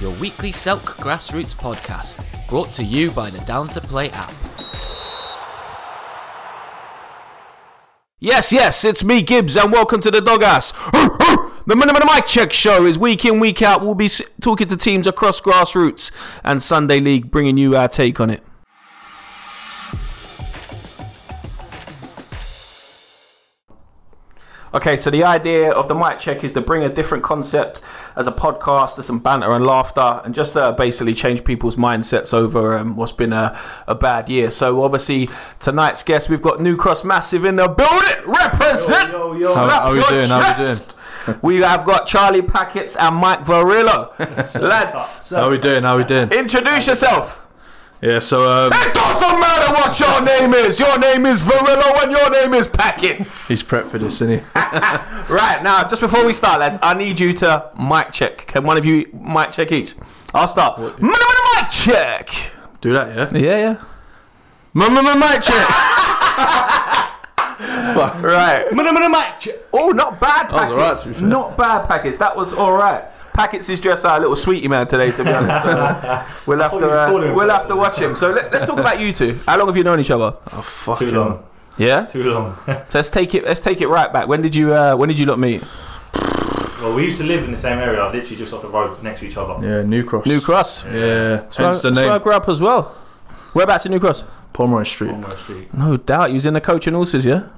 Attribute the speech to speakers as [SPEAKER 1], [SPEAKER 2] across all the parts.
[SPEAKER 1] your weekly Selk Grassroots podcast, brought to you by the Down to Play app.
[SPEAKER 2] Yes, yes, it's me, Gibbs, and welcome to the Dogass. The Minimum Mic Check Show is week in, week out. We'll be s- talking to teams across grassroots and Sunday League, bringing you our take on it. Okay, so the idea of the mic check is to bring a different concept as a podcast, there's some banter and laughter, and just uh, basically change people's mindsets over um, what's been a, a bad year. So obviously tonight's guest, we've got New Cross Massive in the building. Represent. Slap
[SPEAKER 3] How, how we
[SPEAKER 2] your
[SPEAKER 3] doing? How we
[SPEAKER 2] chest.
[SPEAKER 3] doing?
[SPEAKER 2] We have got Charlie Packets and Mike Varillo. Lads,
[SPEAKER 3] How we doing? How we doing?
[SPEAKER 2] introduce yourself.
[SPEAKER 3] Yeah, so um,
[SPEAKER 2] It doesn't matter what your name is. Your name is Varillo and your name is Packets.
[SPEAKER 3] he's prepped for this, isn't he?
[SPEAKER 2] Right now, just before we start, lads, I need you to mic check. Can one of you mic check each? I'll start. M- m- Mic check.
[SPEAKER 3] Do that, yeah?
[SPEAKER 2] Yeah, yeah.
[SPEAKER 3] Mama, mic check!
[SPEAKER 2] Right.
[SPEAKER 4] match.
[SPEAKER 2] Oh, not bad packets.
[SPEAKER 3] was alright, to be fair.
[SPEAKER 2] Not bad packets. That was all right. Packets is just our little sweetie man today, to be honest. So we'll have
[SPEAKER 4] thought
[SPEAKER 2] to
[SPEAKER 4] he was
[SPEAKER 2] uh,
[SPEAKER 4] taller in
[SPEAKER 2] we'll
[SPEAKER 4] person.
[SPEAKER 2] have to watch him. So let, let's talk about you two. How long have you known each other?
[SPEAKER 3] Oh, fuck
[SPEAKER 4] Too long.
[SPEAKER 2] Yeah.
[SPEAKER 4] Too long.
[SPEAKER 2] So let's take it. Let's take it right back. When did you? Uh, when did you lot meet?
[SPEAKER 4] well, we used to live in the same area, literally just off the road next to each other.
[SPEAKER 3] Yeah, New Cross.
[SPEAKER 2] New Cross.
[SPEAKER 3] Yeah,
[SPEAKER 2] So
[SPEAKER 3] hence the
[SPEAKER 2] I, I
[SPEAKER 3] name.
[SPEAKER 2] grew up as well. Whereabouts in New Cross?
[SPEAKER 3] Pomeroy Street.
[SPEAKER 4] Almost street.
[SPEAKER 2] No doubt. You was in the coach and horses, yeah.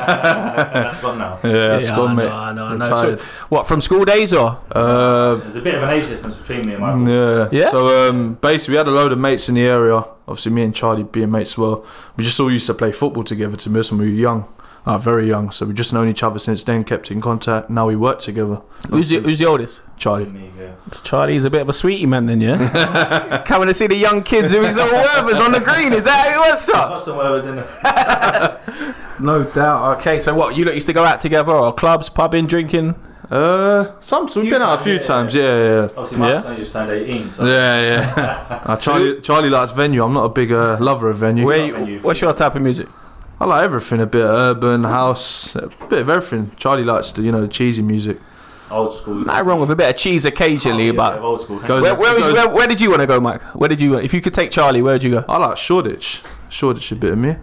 [SPEAKER 4] That's gone now.
[SPEAKER 3] Yeah, that's
[SPEAKER 2] Yeah, I
[SPEAKER 3] gone,
[SPEAKER 2] know,
[SPEAKER 3] mate.
[SPEAKER 2] I know, I know.
[SPEAKER 3] Retired.
[SPEAKER 2] What from school days or?
[SPEAKER 3] Uh,
[SPEAKER 4] There's a bit of an age difference between me and Michael.
[SPEAKER 3] Yeah.
[SPEAKER 2] Yeah?
[SPEAKER 3] So um, basically, we had a load of mates in the area. Obviously, me and Charlie being mates as well. We just all used to play football together to be honest, when we were young, uh, very young. So we just known each other since then, kept in contact. Now we work together.
[SPEAKER 2] Who's the, who's the oldest?
[SPEAKER 3] Charlie?
[SPEAKER 4] Me, yeah.
[SPEAKER 2] Charlie's a bit of a sweetie man, then, yeah. Coming to see the young kids with his little Werthers on the green. Is that how it was,
[SPEAKER 4] I've
[SPEAKER 2] shot?
[SPEAKER 4] got some Werthers in the
[SPEAKER 2] No doubt. Okay, so what? You lot used to go out together or clubs, pubbing, drinking?
[SPEAKER 3] Uh, some we've
[SPEAKER 4] Few
[SPEAKER 3] been out a
[SPEAKER 4] times,
[SPEAKER 3] few
[SPEAKER 4] yeah,
[SPEAKER 3] times. Yeah, yeah.
[SPEAKER 4] Obviously, Michael's
[SPEAKER 2] Yeah.
[SPEAKER 4] only just turned 18, so
[SPEAKER 3] Yeah, yeah. yeah. Uh, Charlie, Charlie likes venue. I'm not a big uh, lover of venue.
[SPEAKER 2] Where?
[SPEAKER 4] like
[SPEAKER 2] You,
[SPEAKER 4] venue.
[SPEAKER 2] what's your type of music?
[SPEAKER 3] I like everything. A bit of urban house, a bit of everything. Charlie likes the you know the cheesy music.
[SPEAKER 4] old school.
[SPEAKER 2] Not wrong with a bit of cheese occasionally,
[SPEAKER 4] Yeah,
[SPEAKER 2] but
[SPEAKER 4] Old school.
[SPEAKER 3] Goes-
[SPEAKER 2] where, where,
[SPEAKER 3] Goes-
[SPEAKER 2] where, where did you want to go, Mike? Where did you? If you could take Charlie, where would you go?
[SPEAKER 3] I like Shoreditch. Shoreditch a bit of me.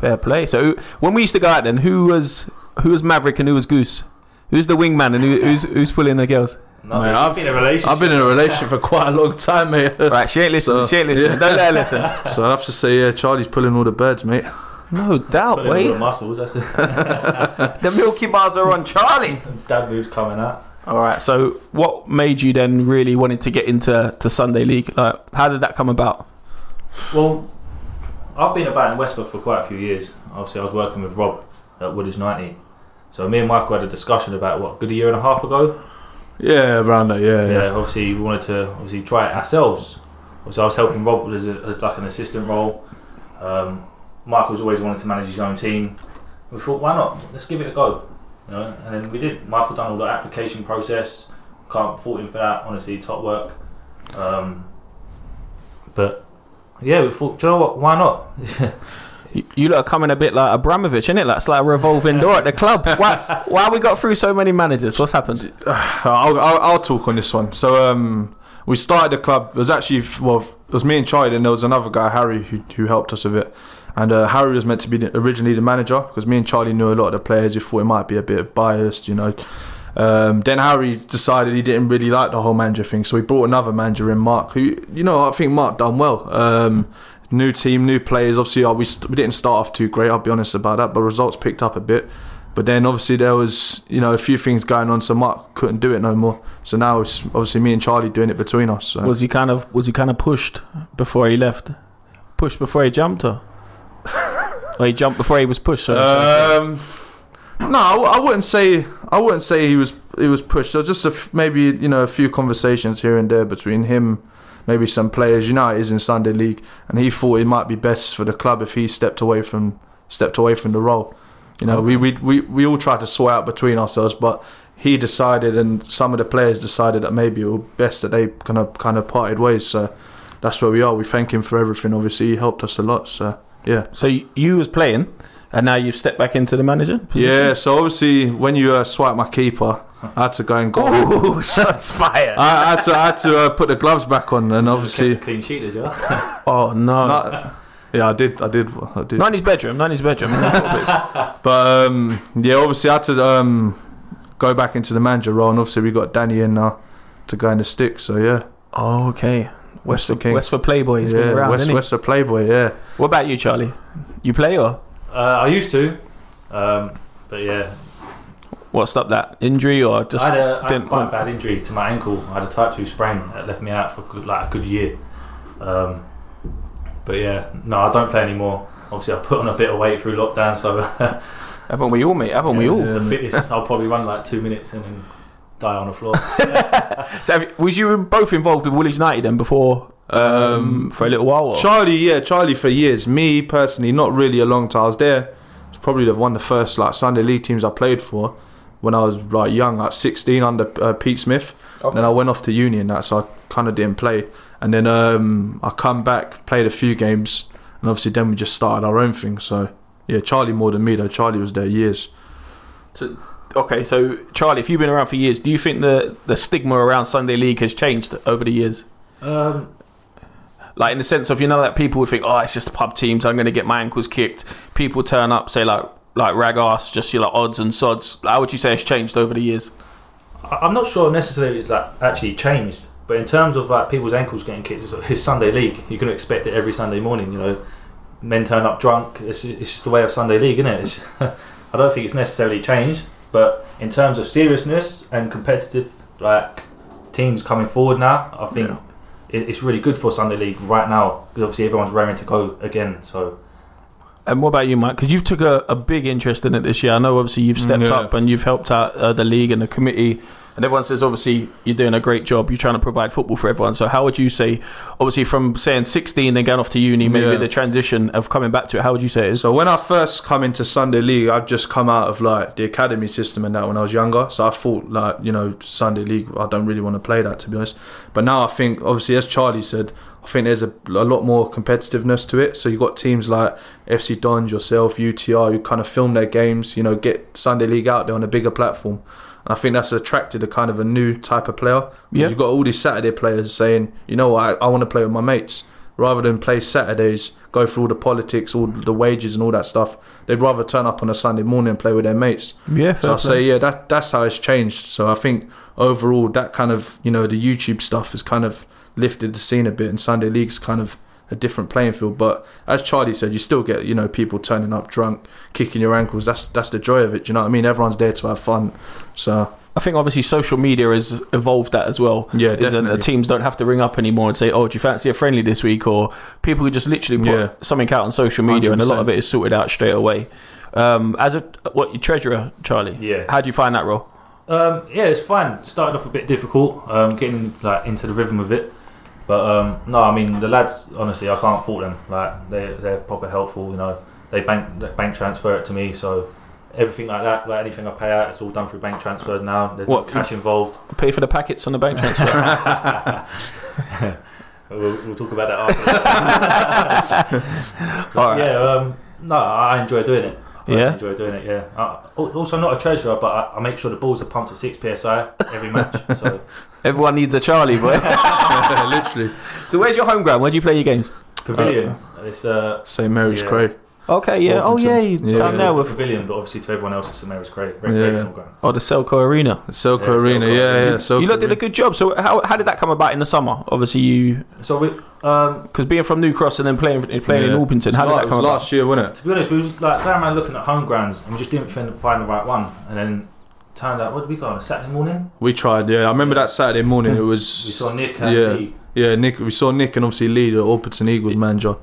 [SPEAKER 2] Fair play. So who- when we used to go out, then who was who was Maverick and who was Goose? Who's the wingman and who, who's who's pulling the girls?
[SPEAKER 4] no,
[SPEAKER 3] Mate,
[SPEAKER 4] you've
[SPEAKER 3] I've-
[SPEAKER 4] been in a relationship.
[SPEAKER 3] I've been in a relationship for quite a long time, mate.
[SPEAKER 2] Right, she ain't listening.
[SPEAKER 3] So,
[SPEAKER 2] she ain't listening.
[SPEAKER 3] yeah.
[SPEAKER 2] Don't let her listen.
[SPEAKER 3] So I'd have to say, yeah, Charlie's pulling all the birds, mate.
[SPEAKER 2] No doubt,
[SPEAKER 4] Put in all the
[SPEAKER 2] boy.
[SPEAKER 4] muscles. That's it.
[SPEAKER 2] The Milky Bars are on Charlie.
[SPEAKER 4] Dad moves coming out.
[SPEAKER 2] All right. So, what made you then really wanted to get into to Sunday League? Like, how did that come about?
[SPEAKER 4] Well, I've been about in Westford for quite a few years. Obviously, I was working with Rob at Woodage 90. So me and Michael had a discussion about what good a year and a half ago.
[SPEAKER 3] Yeah, around that, yeah, yeah.
[SPEAKER 4] yeah, obviously we wanted to obviously try it ourselves. So I was helping Rob as, a, as like an assistant role. Um, Michael's always wanted to manage his own team. We thought, why not? Let's give it a go. You know, and then we did. Michael done all the application process. Can't fault him for that. Honestly, top work. Um, but yeah, we thought, do you know what? Why not?
[SPEAKER 2] You, you lot are coming a bit like Abramovich, isn't it? Like, it's like a revolving door at the club. Why? Why we got through so many managers? What's happened?
[SPEAKER 3] I'll, I'll, I'll talk on this one. So um, we started the club. It was actually well, it was me and Charlie, and there was another guy, Harry, who, who helped us with it. And uh, Harry was meant to be the, originally the manager because me and Charlie knew a lot of the players. We thought it might be a bit biased, you know. Um, then Harry decided he didn't really like the whole manager thing, so he brought another manager in, Mark. Who you know, I think Mark done well. Um, new team, new players. Obviously, uh, we st- we didn't start off too great. I'll be honest about that, but results picked up a bit. But then obviously there was you know a few things going on, so Mark couldn't do it no more. So now it's obviously me and Charlie doing it between us. So.
[SPEAKER 2] Was he kind of was he kind of pushed before he left? Pushed before he jumped, or, or he jumped before he was pushed? sorry.
[SPEAKER 3] Um, no, I, w- I wouldn't say I wouldn't say he was he was pushed. There was just a f- maybe you know a few conversations here and there between him, maybe some players. You know, how it is in Sunday League, and he thought it might be best for the club if he stepped away from stepped away from the role. You know, we, we we we all tried to sort out between ourselves, but he decided, and some of the players decided that maybe it was best that they kind of kind of parted ways. So that's where we are. We thank him for everything. Obviously, he helped us a lot. So yeah.
[SPEAKER 2] so you, you was playing, and now you've stepped back into the manager. position?
[SPEAKER 3] Yeah, so obviously when you uh, swipe my keeper, I had to go and go.
[SPEAKER 2] Ooh, shots fired.
[SPEAKER 3] I, I had to, I had to uh, put the gloves back on, and
[SPEAKER 4] Just
[SPEAKER 3] obviously,
[SPEAKER 4] kept a clean sheet, did you?
[SPEAKER 2] oh no.
[SPEAKER 3] Not- yeah, I did, I did, I did.
[SPEAKER 2] Ninety's bedroom, ninety's bedroom.
[SPEAKER 3] But um, yeah, obviously, I had to um, go back into the manager role, and obviously, we got Danny in now to go in the stick. So yeah,
[SPEAKER 2] oh, okay. West,
[SPEAKER 3] Mr. King.
[SPEAKER 2] West for Playboy. He's
[SPEAKER 3] yeah,
[SPEAKER 2] been around,
[SPEAKER 3] West
[SPEAKER 2] isn't he?
[SPEAKER 3] West a playboy. Yeah,
[SPEAKER 2] What about you, Charlie? You play or
[SPEAKER 4] uh, I used to, um, but yeah,
[SPEAKER 2] what? Stop that injury or just?
[SPEAKER 4] I had, a, I had
[SPEAKER 2] didn't
[SPEAKER 4] quite
[SPEAKER 2] want-
[SPEAKER 4] a bad injury to my ankle. I had a type two sprain that left me out for good, like a good year. Um, but yeah, no, I don't play anymore. Obviously, I've put on a bit of weight through lockdown, so
[SPEAKER 2] haven't we all, mate? Haven't we all?
[SPEAKER 3] Yeah,
[SPEAKER 4] the
[SPEAKER 3] mate.
[SPEAKER 4] fitness, I'll probably run like two minutes and then die on the floor.
[SPEAKER 2] So have, you- was you both involved with Woolwich United then before um,
[SPEAKER 3] Um,
[SPEAKER 2] for a little while? Or?
[SPEAKER 3] Charlie, yeah, Charlie for years. Me personally, not really a long time. I was there. It's probably the one of the first like Sunday league teams I played for when I was like young, like 16 under uh, Pete Smith. And then I went off to uni and that, so I kind of didn't play. And then um, I come back, played a few games, and obviously then we just started our own thing. So yeah, Charlie more than me though. Charlie was there years.
[SPEAKER 2] Okay, so Charlie, if you've been around for years, do you think the the stigma around Sunday League has changed over the years?
[SPEAKER 4] Um,
[SPEAKER 2] Like in the sense of you know that people would think, oh, it's just pub teams. I'm going to get my ankles kicked. People turn up, say like like rag ass, just you know, like odds and sods. How would you say it's changed over the years?
[SPEAKER 4] I- I'm not sure necessarily it's like actually changed, but in terms of like people's ankles getting kicked, it's, it's Sunday league. You can expect it every Sunday morning. You know, men turn up drunk. It's, it's just the way of Sunday league, isn't it? It's, I don't think it's necessarily changed, but in terms of seriousness and competitive like teams coming forward now, I think it, it's really good for Sunday league right now because obviously everyone's raring to go again. So
[SPEAKER 2] And what about you, Mike? Because you've took a, a big interest in it this year. I know obviously you've stepped
[SPEAKER 3] Yeah.
[SPEAKER 2] up and you've helped out uh, the league and the committee. And everyone says obviously you're doing a great job. You're trying to provide football for everyone. So how would you say, obviously from saying 16 and going off to uni, maybe
[SPEAKER 3] Yeah.
[SPEAKER 2] the transition of coming back to it? How would you say it is?
[SPEAKER 3] So when I first come into Sunday League, I'd just come out of like the academy system and that when I was younger. So I thought like you know Sunday League, I don't really want to play that to be honest. But now I think obviously as Charlie said, I think there's a, a lot more competitiveness to it. So you have got teams like FC Dons, yourself, UTR, who kind of film their games. You know, get Sunday League out there on a bigger platform. And I think that's attracted a kind of a new type of player.
[SPEAKER 2] Yeah.
[SPEAKER 3] You've got all these Saturday players saying, you know what, I, I want to play with my mates rather than play Saturdays, go through all the politics, all the wages and all that stuff. They'd rather turn up on a Sunday morning and play with their mates.
[SPEAKER 2] Yeah,
[SPEAKER 3] So I say, yeah, that that's how it's changed. So I think overall, that kind of you know the YouTube stuff has kind of lifted the scene a bit, and Sunday League's kind of a different playing field. But as Charlie said, you still get you know people turning up drunk, kicking your ankles. That's that's the joy of it. Do you know what I mean? Everyone's there to have fun. So
[SPEAKER 2] I think obviously social media has evolved that as well.
[SPEAKER 3] yeah,
[SPEAKER 2] Is that
[SPEAKER 3] definitely.
[SPEAKER 2] the teams don't have to ring up anymore and say, "Oh, do you fancy a friendly this week?" Or people who just literally put
[SPEAKER 3] Yeah.
[SPEAKER 2] something out on social media, and a lot
[SPEAKER 3] 100%.
[SPEAKER 2] of it is sorted out straight away. Um, as a what your treasurer, Charlie?
[SPEAKER 4] Yeah.
[SPEAKER 2] How do you find that role?
[SPEAKER 4] Um, yeah, it's fine. Started off a bit difficult, um, getting like into the rhythm of it. But um, no, I mean the lads. Honestly, I can't fault them. Like they they're proper helpful. You know, they bank they bank transfer it to me, so everything like that, like anything I pay out, it's all done through bank transfers now. There's
[SPEAKER 2] What?
[SPEAKER 4] no cash involved.
[SPEAKER 2] Pay for the packets on the bank transfer.
[SPEAKER 4] We'll, we'll talk about that after.
[SPEAKER 2] All right.
[SPEAKER 4] yeah. Um, no, I enjoy doing it. I personally
[SPEAKER 2] Yeah?
[SPEAKER 4] enjoy doing it. Yeah. I, al- also, not a treasurer, but I, I make sure the balls are pumped at six psi every match. So
[SPEAKER 2] Everyone needs a Charlie, boy.
[SPEAKER 3] literally
[SPEAKER 2] so where's your home ground? Where do you play your games?
[SPEAKER 4] pavilion. it's uh,
[SPEAKER 3] St Mary's
[SPEAKER 4] Yeah.
[SPEAKER 3] Cray.
[SPEAKER 2] Okay, yeah.
[SPEAKER 3] Orpington.
[SPEAKER 2] Oh yeah, you
[SPEAKER 3] Yeah.
[SPEAKER 2] down there with
[SPEAKER 4] pavilion, but obviously to everyone else, it's St Mary's great recreational
[SPEAKER 3] Yeah.
[SPEAKER 4] ground.
[SPEAKER 2] oh the Selco Arena.
[SPEAKER 3] Selco Arena,
[SPEAKER 4] Yeah, Selco
[SPEAKER 3] yeah,
[SPEAKER 4] Arena.
[SPEAKER 3] yeah. Selco
[SPEAKER 2] you lot did a
[SPEAKER 3] Arena.
[SPEAKER 2] good job. So how, how did that come about in the summer? Obviously, you
[SPEAKER 4] So we, um,
[SPEAKER 2] because being from New Cross and then playing playing
[SPEAKER 3] Yeah.
[SPEAKER 2] in Orpington,
[SPEAKER 3] It
[SPEAKER 2] how
[SPEAKER 3] was
[SPEAKER 2] did that
[SPEAKER 3] la- it was
[SPEAKER 2] come about?
[SPEAKER 3] last year, wasn't it?
[SPEAKER 4] to be honest, we was like going around looking at home grounds, and we just didn't fin- find the right one. And then turned out, what did we go on a Saturday morning?
[SPEAKER 3] We tried. Yeah, I remember that Saturday morning. It was
[SPEAKER 4] Hmm. We saw Nick and
[SPEAKER 3] Yeah.
[SPEAKER 4] Lee.
[SPEAKER 3] Yeah, Nick. We saw Nick and obviously Lee, the Orpington Eagles manager,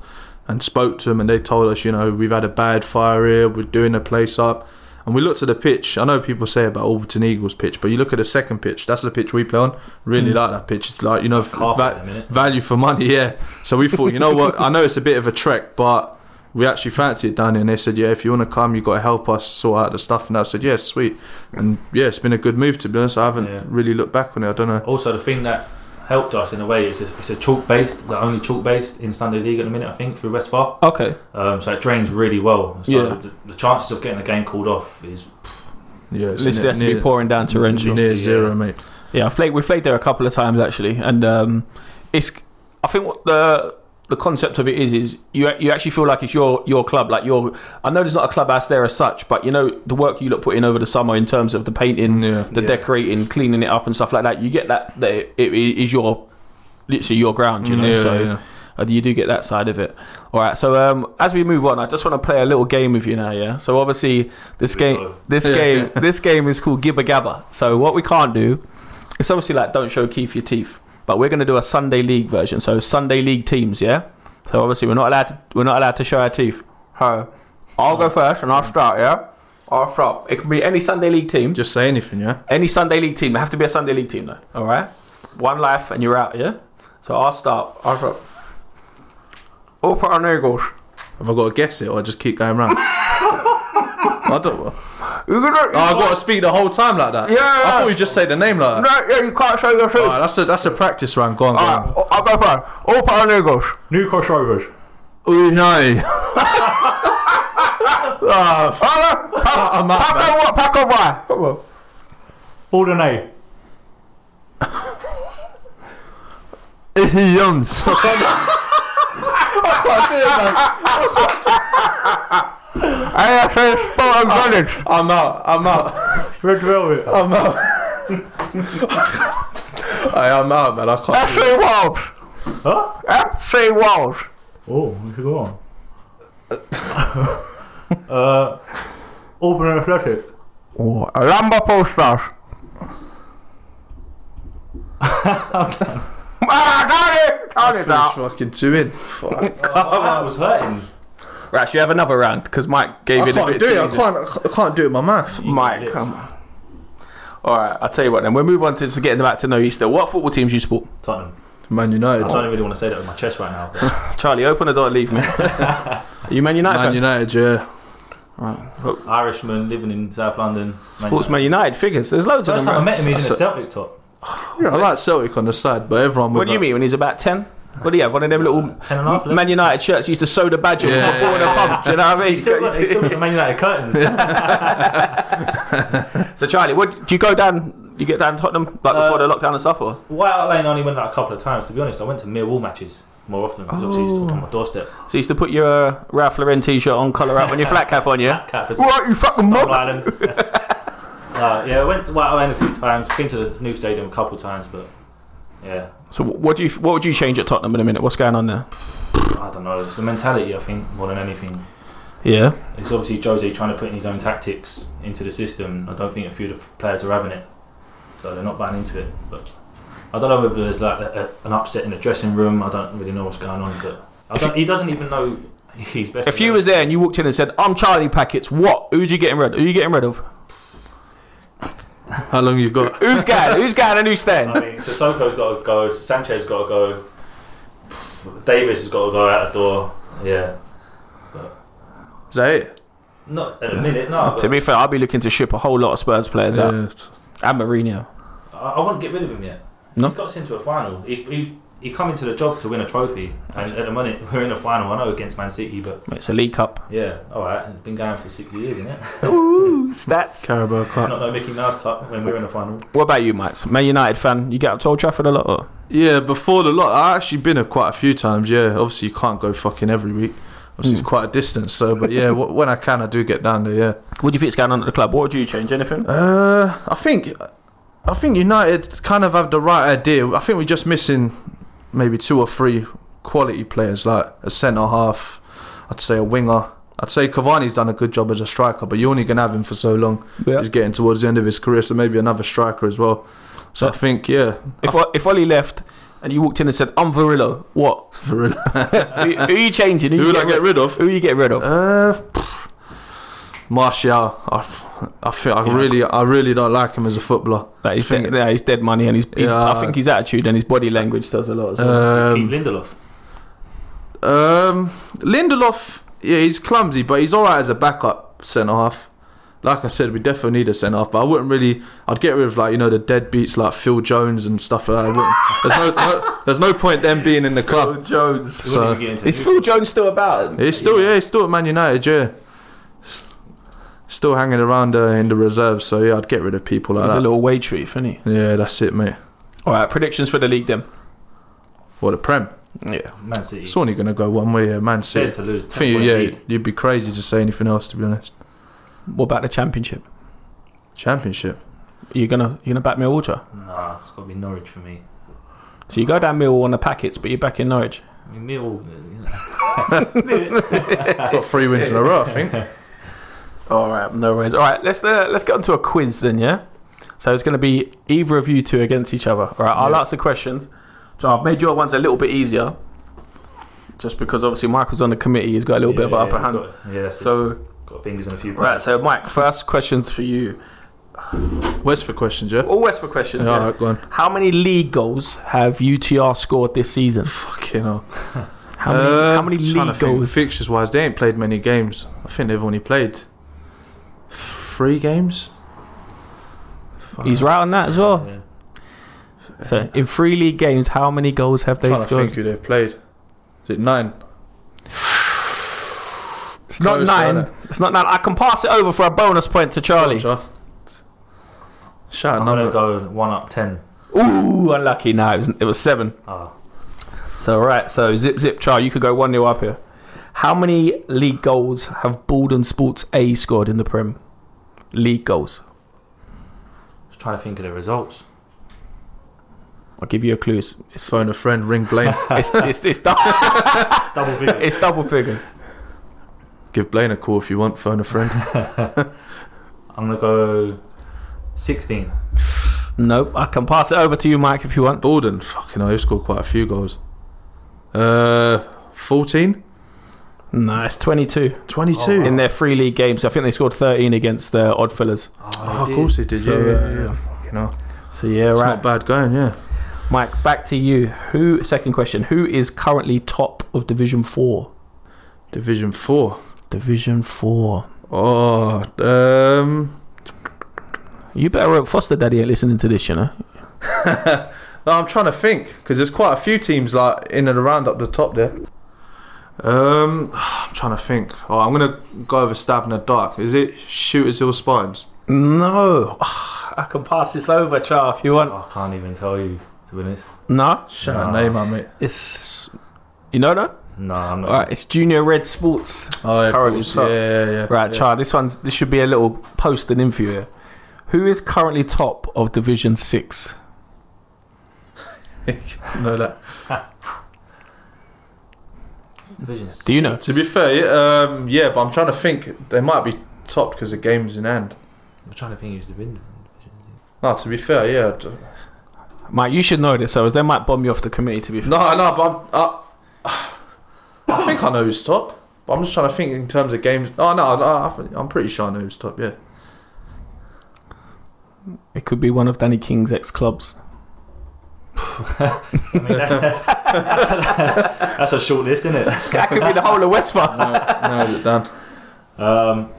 [SPEAKER 3] and spoke to him, and they told us, you know, we've had a bad fire here. We're doing the place up, and we looked at the pitch. I know people say about Orpington Eagles pitch, but you look at the second pitch. That's the pitch we play on. Really
[SPEAKER 2] Mm.
[SPEAKER 3] like that pitch. It's like you know,
[SPEAKER 4] Hmm. Carpet
[SPEAKER 3] va-
[SPEAKER 4] in a minute.
[SPEAKER 3] value for money. Yeah. So we thought, you know what? I know it's a bit of a trek, but. We actually fancied it down here, and they said, "Yeah, if you want to come, you got to help us sort out the stuff." And I said, "Yeah, sweet." And yeah, it's been a good move to be honest. I haven't
[SPEAKER 4] Yeah.
[SPEAKER 3] really looked back on it. I don't know.
[SPEAKER 4] Also, the thing that helped us in a way is it's, it's a chalk based, the only chalk based in Sunday League at the minute, I think, through West Far.
[SPEAKER 2] Okay.
[SPEAKER 4] Um, so it drains really well. So
[SPEAKER 2] Yeah.
[SPEAKER 4] the, the chances of getting a game called off is
[SPEAKER 3] Yeah, it's
[SPEAKER 2] This
[SPEAKER 3] near-
[SPEAKER 2] has to be
[SPEAKER 3] near-
[SPEAKER 2] pouring down to Renji.
[SPEAKER 3] Near zero, mate.
[SPEAKER 2] Yeah, I've played. We've played there a couple of times actually, and um, it's. I think what the the concept of it is is you you actually feel like it's your your club. Like your, I know there's not a clubhouse there as such, but you know the work you look put in over the summer in terms of the painting,
[SPEAKER 3] Yeah.
[SPEAKER 2] the
[SPEAKER 4] Yeah.
[SPEAKER 2] decorating, cleaning it up and stuff like that. You get that that it, it is your literally your ground. You know,
[SPEAKER 3] yeah,
[SPEAKER 2] so
[SPEAKER 3] yeah.
[SPEAKER 2] uh, you do get that side of it. All right, so um, as we move on, I just want to play a little game with you now. Yeah. So obviously this
[SPEAKER 4] Here we
[SPEAKER 2] game,
[SPEAKER 4] go.
[SPEAKER 2] this
[SPEAKER 3] Yeah.
[SPEAKER 2] game, this game is called Gibba Gabba. So what we can't do, it's obviously like don't show Keith your teeth, but we're gonna do a Sunday League version. So Sunday League teams, yeah. So obviously we're not allowed to we're not allowed to show our teeth. So I'll go first and I'll start. Yeah. I'll start. It can be any Sunday League team.
[SPEAKER 3] Just say anything, yeah.
[SPEAKER 2] Any Sunday league team. They have to be a Sunday league team though. All right. One life and you're out. Yeah. So I'll start. I'll start. All put on Eagles.
[SPEAKER 3] Have I got to guess it or just keep going round? I don't. Oh,
[SPEAKER 2] You gonna,
[SPEAKER 3] I got to speak the whole time like that.
[SPEAKER 2] Yeah, yeah,
[SPEAKER 3] I
[SPEAKER 2] yeah.
[SPEAKER 3] thought you just say the name like that.
[SPEAKER 2] no, yeah, you can't show your
[SPEAKER 3] Alright, that's a that's a practice round. Go on, go on.
[SPEAKER 2] right, I'll go first. All put on Eagles.
[SPEAKER 4] Newcastle Rovers.
[SPEAKER 2] Ah.
[SPEAKER 3] Oh no! oh, f- I'm out, man.
[SPEAKER 2] on what? Pack on why? Come on.
[SPEAKER 4] Alderney.
[SPEAKER 3] Idioms.
[SPEAKER 2] I say spot on Greenwich.
[SPEAKER 3] I'm out. I'm out.
[SPEAKER 4] Red Velvet.
[SPEAKER 3] I'm out. I am out, man. I can't. do it.
[SPEAKER 2] FC Wolves.
[SPEAKER 4] Huh?
[SPEAKER 2] FC Wolves.
[SPEAKER 4] Oh, we should go on. uh, Auburn Athletic.
[SPEAKER 2] Oh, Liverpool Stars. Ah, got it!
[SPEAKER 3] Finish fucking two in. Fuck.
[SPEAKER 4] Oh, that was hurting.
[SPEAKER 2] Right, should we have another round? Because Mike gave
[SPEAKER 3] I
[SPEAKER 2] it a
[SPEAKER 3] can't
[SPEAKER 2] bit
[SPEAKER 3] do
[SPEAKER 2] too
[SPEAKER 3] it. I
[SPEAKER 2] easy.
[SPEAKER 3] can't. I can't do it. with My math.
[SPEAKER 2] Mike,
[SPEAKER 4] Lips.
[SPEAKER 2] come on. All right, I'll tell you what then. We'll move on to just getting back to know you still. What football teams you support?
[SPEAKER 4] Tottenham.
[SPEAKER 3] Man United.
[SPEAKER 4] I don't even really want to say that with my chest right now. but-
[SPEAKER 2] Charlie, open the door and leave me. Are you Man United
[SPEAKER 3] Man
[SPEAKER 2] fan?
[SPEAKER 3] United. Yeah.
[SPEAKER 4] Irishman living in South London. Man
[SPEAKER 2] Sports Man United figures. There's loads
[SPEAKER 4] First
[SPEAKER 2] of
[SPEAKER 4] time I
[SPEAKER 2] them.
[SPEAKER 4] met him,
[SPEAKER 2] right?
[SPEAKER 4] he was in a Celtic top.
[SPEAKER 3] Yeah, I like Celtic on the side, but everyone.
[SPEAKER 2] What
[SPEAKER 3] with
[SPEAKER 2] do you
[SPEAKER 3] that-
[SPEAKER 2] mean when he's about 10? What do you have? One of them little
[SPEAKER 4] 10 and a half.
[SPEAKER 2] Man United shirts used to sew the badge on
[SPEAKER 3] Yeah,
[SPEAKER 2] the ball in a
[SPEAKER 4] yeah,
[SPEAKER 2] pub. Do you know what I mean?
[SPEAKER 4] He's still got, he's still got the Man United curtains.
[SPEAKER 2] so Charlie, what do you go down? You get down Tottenham like
[SPEAKER 4] Uh,
[SPEAKER 2] before the lockdown and stuff, or
[SPEAKER 4] White Hart Lane I only went out a couple of times, to be honest. I went to Millwall matches more often because obviously it's on my doorstep.
[SPEAKER 2] so you used to put your uh, Ralph Lauren t-shirt on, collar up, and your flat cap on, yeah.
[SPEAKER 4] Cap as well.
[SPEAKER 2] What you fucking
[SPEAKER 4] Stone
[SPEAKER 2] mob?
[SPEAKER 4] Island. uh, yeah, I went to White Hart Lane a few times, been to the new stadium a couple of times, but yeah,
[SPEAKER 2] So what do you what would you change at Tottenham in a minute? What's going on there?
[SPEAKER 4] I don't know. It's the mentality, I think, more than anything.
[SPEAKER 2] Yeah.
[SPEAKER 4] It's obviously Jose trying to put in his own tactics into the system. I don't think a few of the players are having it, so they're not buying into it. But I don't know whether there's like a, a- an upset in the dressing room. I don't really know what's going on, but I
[SPEAKER 2] If you-
[SPEAKER 4] don't, he doesn't even know he's best.
[SPEAKER 2] If you was there and you walked in and said, "I'm Charlie Packets," what? Who'd you getting rid? Who you getting rid of?
[SPEAKER 3] How long you got?
[SPEAKER 2] Who's going? Who's going? And who's staying?
[SPEAKER 4] I mean, Sissoko's got to go. Sanchez got to go. Davis has got to go out the door. Yeah,
[SPEAKER 3] Is that it?
[SPEAKER 4] not at a minute. No,
[SPEAKER 2] To
[SPEAKER 4] but
[SPEAKER 2] be fair, I'll be looking to ship a whole lot of Spurs players out and Mourinho.
[SPEAKER 4] I, I wouldn't get rid of him yet.
[SPEAKER 2] No?
[SPEAKER 4] He's got us into a final. He, he, he come into the job to win a trophy, and at the minute we're in the final. I know against Man City, but
[SPEAKER 2] It's a League Cup.
[SPEAKER 4] yeah, all right. It's been going for sixty years, isn't it? It's
[SPEAKER 2] Ooh, stats.
[SPEAKER 3] Carabao Cup.
[SPEAKER 4] not no Mickey Mouse Cup when we're in the final.
[SPEAKER 2] What about you, Mike? Man United fan? You get up to Old Trafford a lot? Or?
[SPEAKER 3] Yeah, before the lot, I actually been here quite a few times. Yeah, obviously you can't go fucking every week. Obviously it's quite a distance. So, but yeah, wh- when I can, I do get down there. Yeah.
[SPEAKER 2] What do you think's going on at the club? What would you change? Anything?
[SPEAKER 3] Uh, I think, I think United kind of have the right idea. I think we're just missing maybe two or three quality players, like a centre half. I'd say a winger. I'd say Cavani's done a good job as a striker, but you're only gonna have him for so long.
[SPEAKER 2] Yeah.
[SPEAKER 3] He's getting towards the end of his career, so maybe another striker as well. So I think, yeah,
[SPEAKER 2] If O- if Ollie left and you walked in and said, "I'm Varillo," what?
[SPEAKER 3] for real.
[SPEAKER 2] who, who are you changing?
[SPEAKER 3] Who
[SPEAKER 2] you
[SPEAKER 3] would I get rid of?
[SPEAKER 2] Who you get rid of?
[SPEAKER 3] Uh, pff, Martial. I, f- I feel I really, I really don't like him as a footballer.
[SPEAKER 2] Like, he's,
[SPEAKER 3] think-
[SPEAKER 2] dead, yeah, he's dead money, and he's, he's I
[SPEAKER 3] Yeah.
[SPEAKER 2] think his attitude and his body language does a lot. As well.
[SPEAKER 3] Um,
[SPEAKER 4] Keep Lindelof.
[SPEAKER 3] um, Lindelof. Yeah, he's clumsy, but he's all right as a backup centre half. Like I said, we definitely need a centre half, but I wouldn't really. I'd get rid of like you know the deadbeats like Phil Jones and stuff like that. I wouldn't- there's no, no, there's no point them being in the club.
[SPEAKER 2] Jones.
[SPEAKER 4] He wouldn't
[SPEAKER 3] So
[SPEAKER 4] even get into
[SPEAKER 2] Is
[SPEAKER 4] the-
[SPEAKER 2] Phil Jones still about?
[SPEAKER 3] he's still yeah, he's still at Man United. Yeah, still hanging around uh, in the reserves. So yeah, I'd get rid of people like
[SPEAKER 2] He's a
[SPEAKER 3] that.
[SPEAKER 2] little wage thief, isn't he?
[SPEAKER 3] Yeah, that's it, mate.
[SPEAKER 2] All right, predictions for the league then.
[SPEAKER 3] What a prem.
[SPEAKER 2] Yeah.
[SPEAKER 4] Man City.
[SPEAKER 3] It's only gonna go one way, yeah, Man
[SPEAKER 4] Says
[SPEAKER 3] City.
[SPEAKER 4] to lose.
[SPEAKER 3] I think you,
[SPEAKER 4] ten-point
[SPEAKER 3] yeah,
[SPEAKER 4] lead.
[SPEAKER 3] you'd be crazy to say anything else. To be honest,
[SPEAKER 2] What about the championship?
[SPEAKER 3] Championship.
[SPEAKER 2] You're gonna you're gonna back Millwall. Joe?
[SPEAKER 4] Nah, it's got to be Norwich for me.
[SPEAKER 2] So you go down Millwall on the packets, but you're back in Norwich.
[SPEAKER 4] I mean, Millwall. You know,
[SPEAKER 3] Got three wins in a row, I think.
[SPEAKER 2] All right, no worries. All right, let's uh, let's get onto a quiz then, yeah. So it's going to be either of you two against each other. All right, I'll
[SPEAKER 3] Yeah.
[SPEAKER 2] ask the questions. So I've made your ones a little bit easier, just because obviously Michael's on the committee, he's got a little bit of an
[SPEAKER 4] yeah,
[SPEAKER 2] upper
[SPEAKER 4] yeah,
[SPEAKER 2] hand.
[SPEAKER 4] Got, yeah, that's so,
[SPEAKER 2] So
[SPEAKER 4] got fingers in a few.
[SPEAKER 2] right, so Mike, first questions for you.
[SPEAKER 3] West for questions, Oh, yeah.
[SPEAKER 2] All West for questions.
[SPEAKER 3] All
[SPEAKER 2] yeah.
[SPEAKER 3] right, go on.
[SPEAKER 2] How many league goals have UTR scored this season?
[SPEAKER 3] Fucking hell.
[SPEAKER 2] How many,
[SPEAKER 3] Uh,
[SPEAKER 2] how many
[SPEAKER 3] I'm trying to
[SPEAKER 2] league
[SPEAKER 3] think.
[SPEAKER 2] goals?
[SPEAKER 3] Fixtures wise, they ain't played many games. I think they've only played three games. Fuck.
[SPEAKER 2] He's right on that as well.
[SPEAKER 4] Yeah.
[SPEAKER 2] So in three league games, how many goals have
[SPEAKER 3] I'm
[SPEAKER 2] they
[SPEAKER 3] trying to think
[SPEAKER 2] scored?
[SPEAKER 3] who they've played. Is it nine?
[SPEAKER 2] It's not
[SPEAKER 3] Close,
[SPEAKER 2] nine.
[SPEAKER 3] isn't
[SPEAKER 2] It's not nine. I can pass it over for a bonus point to Charlie.
[SPEAKER 3] Roger. Shout
[SPEAKER 4] I'm
[SPEAKER 3] out
[SPEAKER 4] gonna
[SPEAKER 3] number.
[SPEAKER 4] go one up ten.
[SPEAKER 2] Ooh, unlucky. No, it was, it was seven.
[SPEAKER 4] Ah,
[SPEAKER 2] So, right. So, zip, zip, Charlie, you could go 1 0 up here. How many league goals have Borden Sports A scored in the Prem? League goals.
[SPEAKER 4] just trying to think of the results.
[SPEAKER 2] I'll give you a clue. It's, it's,
[SPEAKER 3] Phone a friend, ring Blaine.
[SPEAKER 2] it's, it's, it's, dou-
[SPEAKER 4] Double figure.
[SPEAKER 2] it's double figures.
[SPEAKER 3] Give Blaine a call if you want. Phone a friend.
[SPEAKER 4] I'm gonna go sixteen.
[SPEAKER 2] Nope. I can pass it over to you, Mike, if you want.
[SPEAKER 3] Borden, fucking hell, he scored quite a few goals. Uh, 14?
[SPEAKER 2] No, it's 22
[SPEAKER 3] 22?
[SPEAKER 4] Oh,
[SPEAKER 2] in their three league games. I think they scored 13 against the Odd Fellas.
[SPEAKER 4] Oh,
[SPEAKER 3] Oh,
[SPEAKER 4] they
[SPEAKER 3] of
[SPEAKER 4] did.
[SPEAKER 3] course he did,
[SPEAKER 2] So,
[SPEAKER 3] yeah, yeah,
[SPEAKER 2] uh,
[SPEAKER 3] yeah. Fucking hell.
[SPEAKER 2] So, yeah,
[SPEAKER 3] It's
[SPEAKER 2] right.
[SPEAKER 3] not bad going, yeah.
[SPEAKER 2] Mike, back to you. Who? Second question. Who is currently top of Division Four?
[SPEAKER 3] Division 4.
[SPEAKER 2] Division Four.
[SPEAKER 3] Oh, um,
[SPEAKER 2] You better hope Foster Daddy ain't listening to this, you know.
[SPEAKER 3] no, I'm trying to think because there's quite a few teams like in and around up the top there. Um, I'm trying to think. Oh, I'm gonna go over stab in the dark. Is it Shooters Hill Spines?
[SPEAKER 2] No, I can pass this over, Char, if you want.
[SPEAKER 4] I can't even tell you to be honest.
[SPEAKER 2] No,
[SPEAKER 3] Shout
[SPEAKER 4] Nah.
[SPEAKER 3] out name, out, mate.
[SPEAKER 2] it's you know no.
[SPEAKER 4] No, I'm not.
[SPEAKER 2] All right, it's Junior Red Sports.
[SPEAKER 3] Oh, yeah, of
[SPEAKER 2] Currently
[SPEAKER 3] course.
[SPEAKER 2] top.
[SPEAKER 3] yeah, yeah, yeah.
[SPEAKER 2] Right,
[SPEAKER 3] yeah.
[SPEAKER 2] Char. This one's this should be a little post and in for you. here. Who is currently top of Division Six?
[SPEAKER 3] no, that.
[SPEAKER 4] Division.
[SPEAKER 2] Do you know?
[SPEAKER 3] To be fair, yeah, um, yeah, but I'm trying to think. They might be topped because the game's in hand.
[SPEAKER 4] I'm trying to think who's the winner.
[SPEAKER 3] No, to be fair, yeah. d-
[SPEAKER 2] Mike, you should know this, so as they might bomb you off the committee. To be fair.
[SPEAKER 3] No, no, but I'm, I, I think I know who's top. But I'm just trying to think in terms of games. Oh no, no I think- I'm pretty sure I know who's top. Yeah.
[SPEAKER 2] it could be one of Danny King's ex clubs.
[SPEAKER 4] I mean, that's, that's, a short list, isn't it?
[SPEAKER 2] that could be the whole of Westford.
[SPEAKER 3] Uh, No, now is it done?
[SPEAKER 4] Um,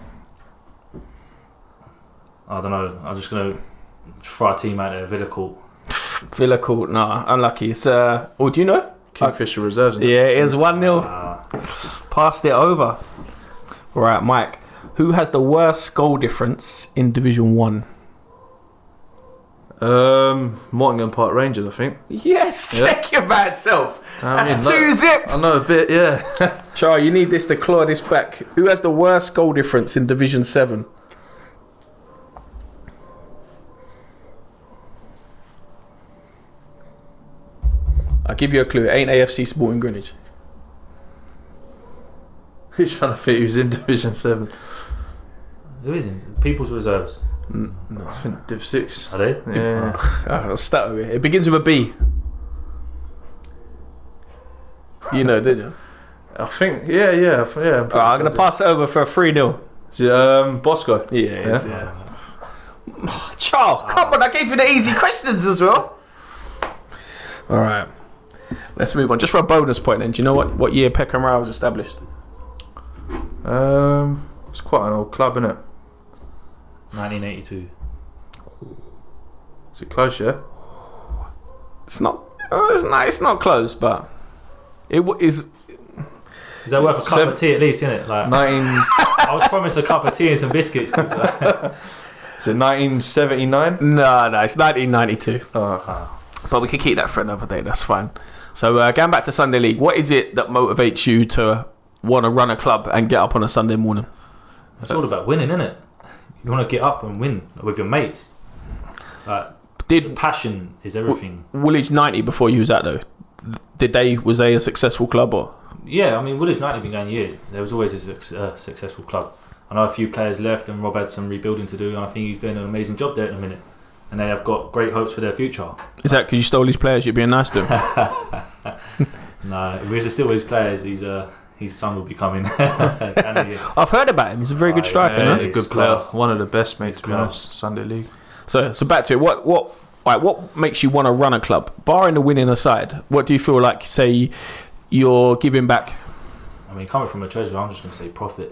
[SPEAKER 4] I don't know. I'm just gonna throw a team out there. Villa Court.
[SPEAKER 2] Villa Court, nah, unlucky. It's uh, oh, do you know?
[SPEAKER 3] Kingfisher reserves. isn't it?
[SPEAKER 2] Yeah, it is 1 0.
[SPEAKER 4] Ah,
[SPEAKER 2] Passed it over. Right, Mike. Who has the worst goal difference in Division 1?
[SPEAKER 3] Um, Mortingham Park Rangers, I think.
[SPEAKER 2] Yes,
[SPEAKER 3] Yeah.
[SPEAKER 2] check your bad self.
[SPEAKER 3] I
[SPEAKER 2] That's
[SPEAKER 3] mean,
[SPEAKER 2] a two
[SPEAKER 3] no-
[SPEAKER 2] zip.
[SPEAKER 3] I know a bit. Yeah.
[SPEAKER 2] Char, you need this to claw this back. Who has the worst goal difference in Division 7? I'll give you a clue. It ain't AFC Sporting Greenwich.
[SPEAKER 3] He's trying to fit who's in Division Seven.
[SPEAKER 4] who is it? People's Reserves.
[SPEAKER 3] I think Div Six.
[SPEAKER 4] Are they?
[SPEAKER 3] Yeah.
[SPEAKER 2] Oh, I'll start with it. It begins with a B. You know, did you?
[SPEAKER 3] I think. Yeah, yeah, I think- yeah.
[SPEAKER 2] All right, I'm going to pass it over for a 3 0.
[SPEAKER 3] Is it, um, Bosco.
[SPEAKER 2] Yeah, it is, yeah.
[SPEAKER 4] Yeah.
[SPEAKER 2] Charles, come on, I gave you the easy questions as well. All right. Let's move on. Just for a bonus point, then, do you know what, what year Peckham Royal was established?
[SPEAKER 3] Um, it's quite an old club, isn't it?
[SPEAKER 4] 1982.
[SPEAKER 3] Is it close? Yeah.
[SPEAKER 2] It's not. uh, It's not, it's not close, but it wa- is.
[SPEAKER 4] Is that worth a cup
[SPEAKER 3] Seven-
[SPEAKER 4] of tea at least, isn't it?
[SPEAKER 3] Uh,
[SPEAKER 4] Like,
[SPEAKER 3] 19,
[SPEAKER 4] I was promised a cup of tea and some biscuits.
[SPEAKER 3] is it 1979?
[SPEAKER 2] No, no, it's 1992.
[SPEAKER 3] Uh,
[SPEAKER 2] But we could keep that for another day. That's fine. So uh, going back to Sunday League, what is it that motivates you to want to run a club and get up on a Sunday morning?
[SPEAKER 4] It's all about winning, isn't it? You want to get up and win with your mates. Like,
[SPEAKER 2] Did
[SPEAKER 4] passion is everything.
[SPEAKER 2] Woolwich 90 before you was at though? Did they was they a successful club or?
[SPEAKER 4] Yeah, I mean, Woolwich United have been going years. There was always a suc- uh, successful club. I know a few players left, and Rob had some rebuilding to do, and I think he's doing an amazing job there at the minute. And they have got great hopes for their future.
[SPEAKER 2] Is that because you stole these players? You're being nice to them.
[SPEAKER 4] No, if he's still his players, he's, uh, his son will be coming. and he,
[SPEAKER 2] I've heard about him. He's a very good
[SPEAKER 4] Right,
[SPEAKER 2] striker.
[SPEAKER 4] yeah,
[SPEAKER 2] no?
[SPEAKER 3] he's a
[SPEAKER 4] It's
[SPEAKER 3] good player.
[SPEAKER 4] class.
[SPEAKER 3] One of the best, mate,
[SPEAKER 4] It's
[SPEAKER 3] to be
[SPEAKER 4] class.
[SPEAKER 3] honest. Sunday League.
[SPEAKER 2] So so back to it. What what like what makes you want to run a club, barring the winning aside? What do you feel like? Say you're giving back.
[SPEAKER 4] I mean, coming from a treasurer, I'm just going to say profit.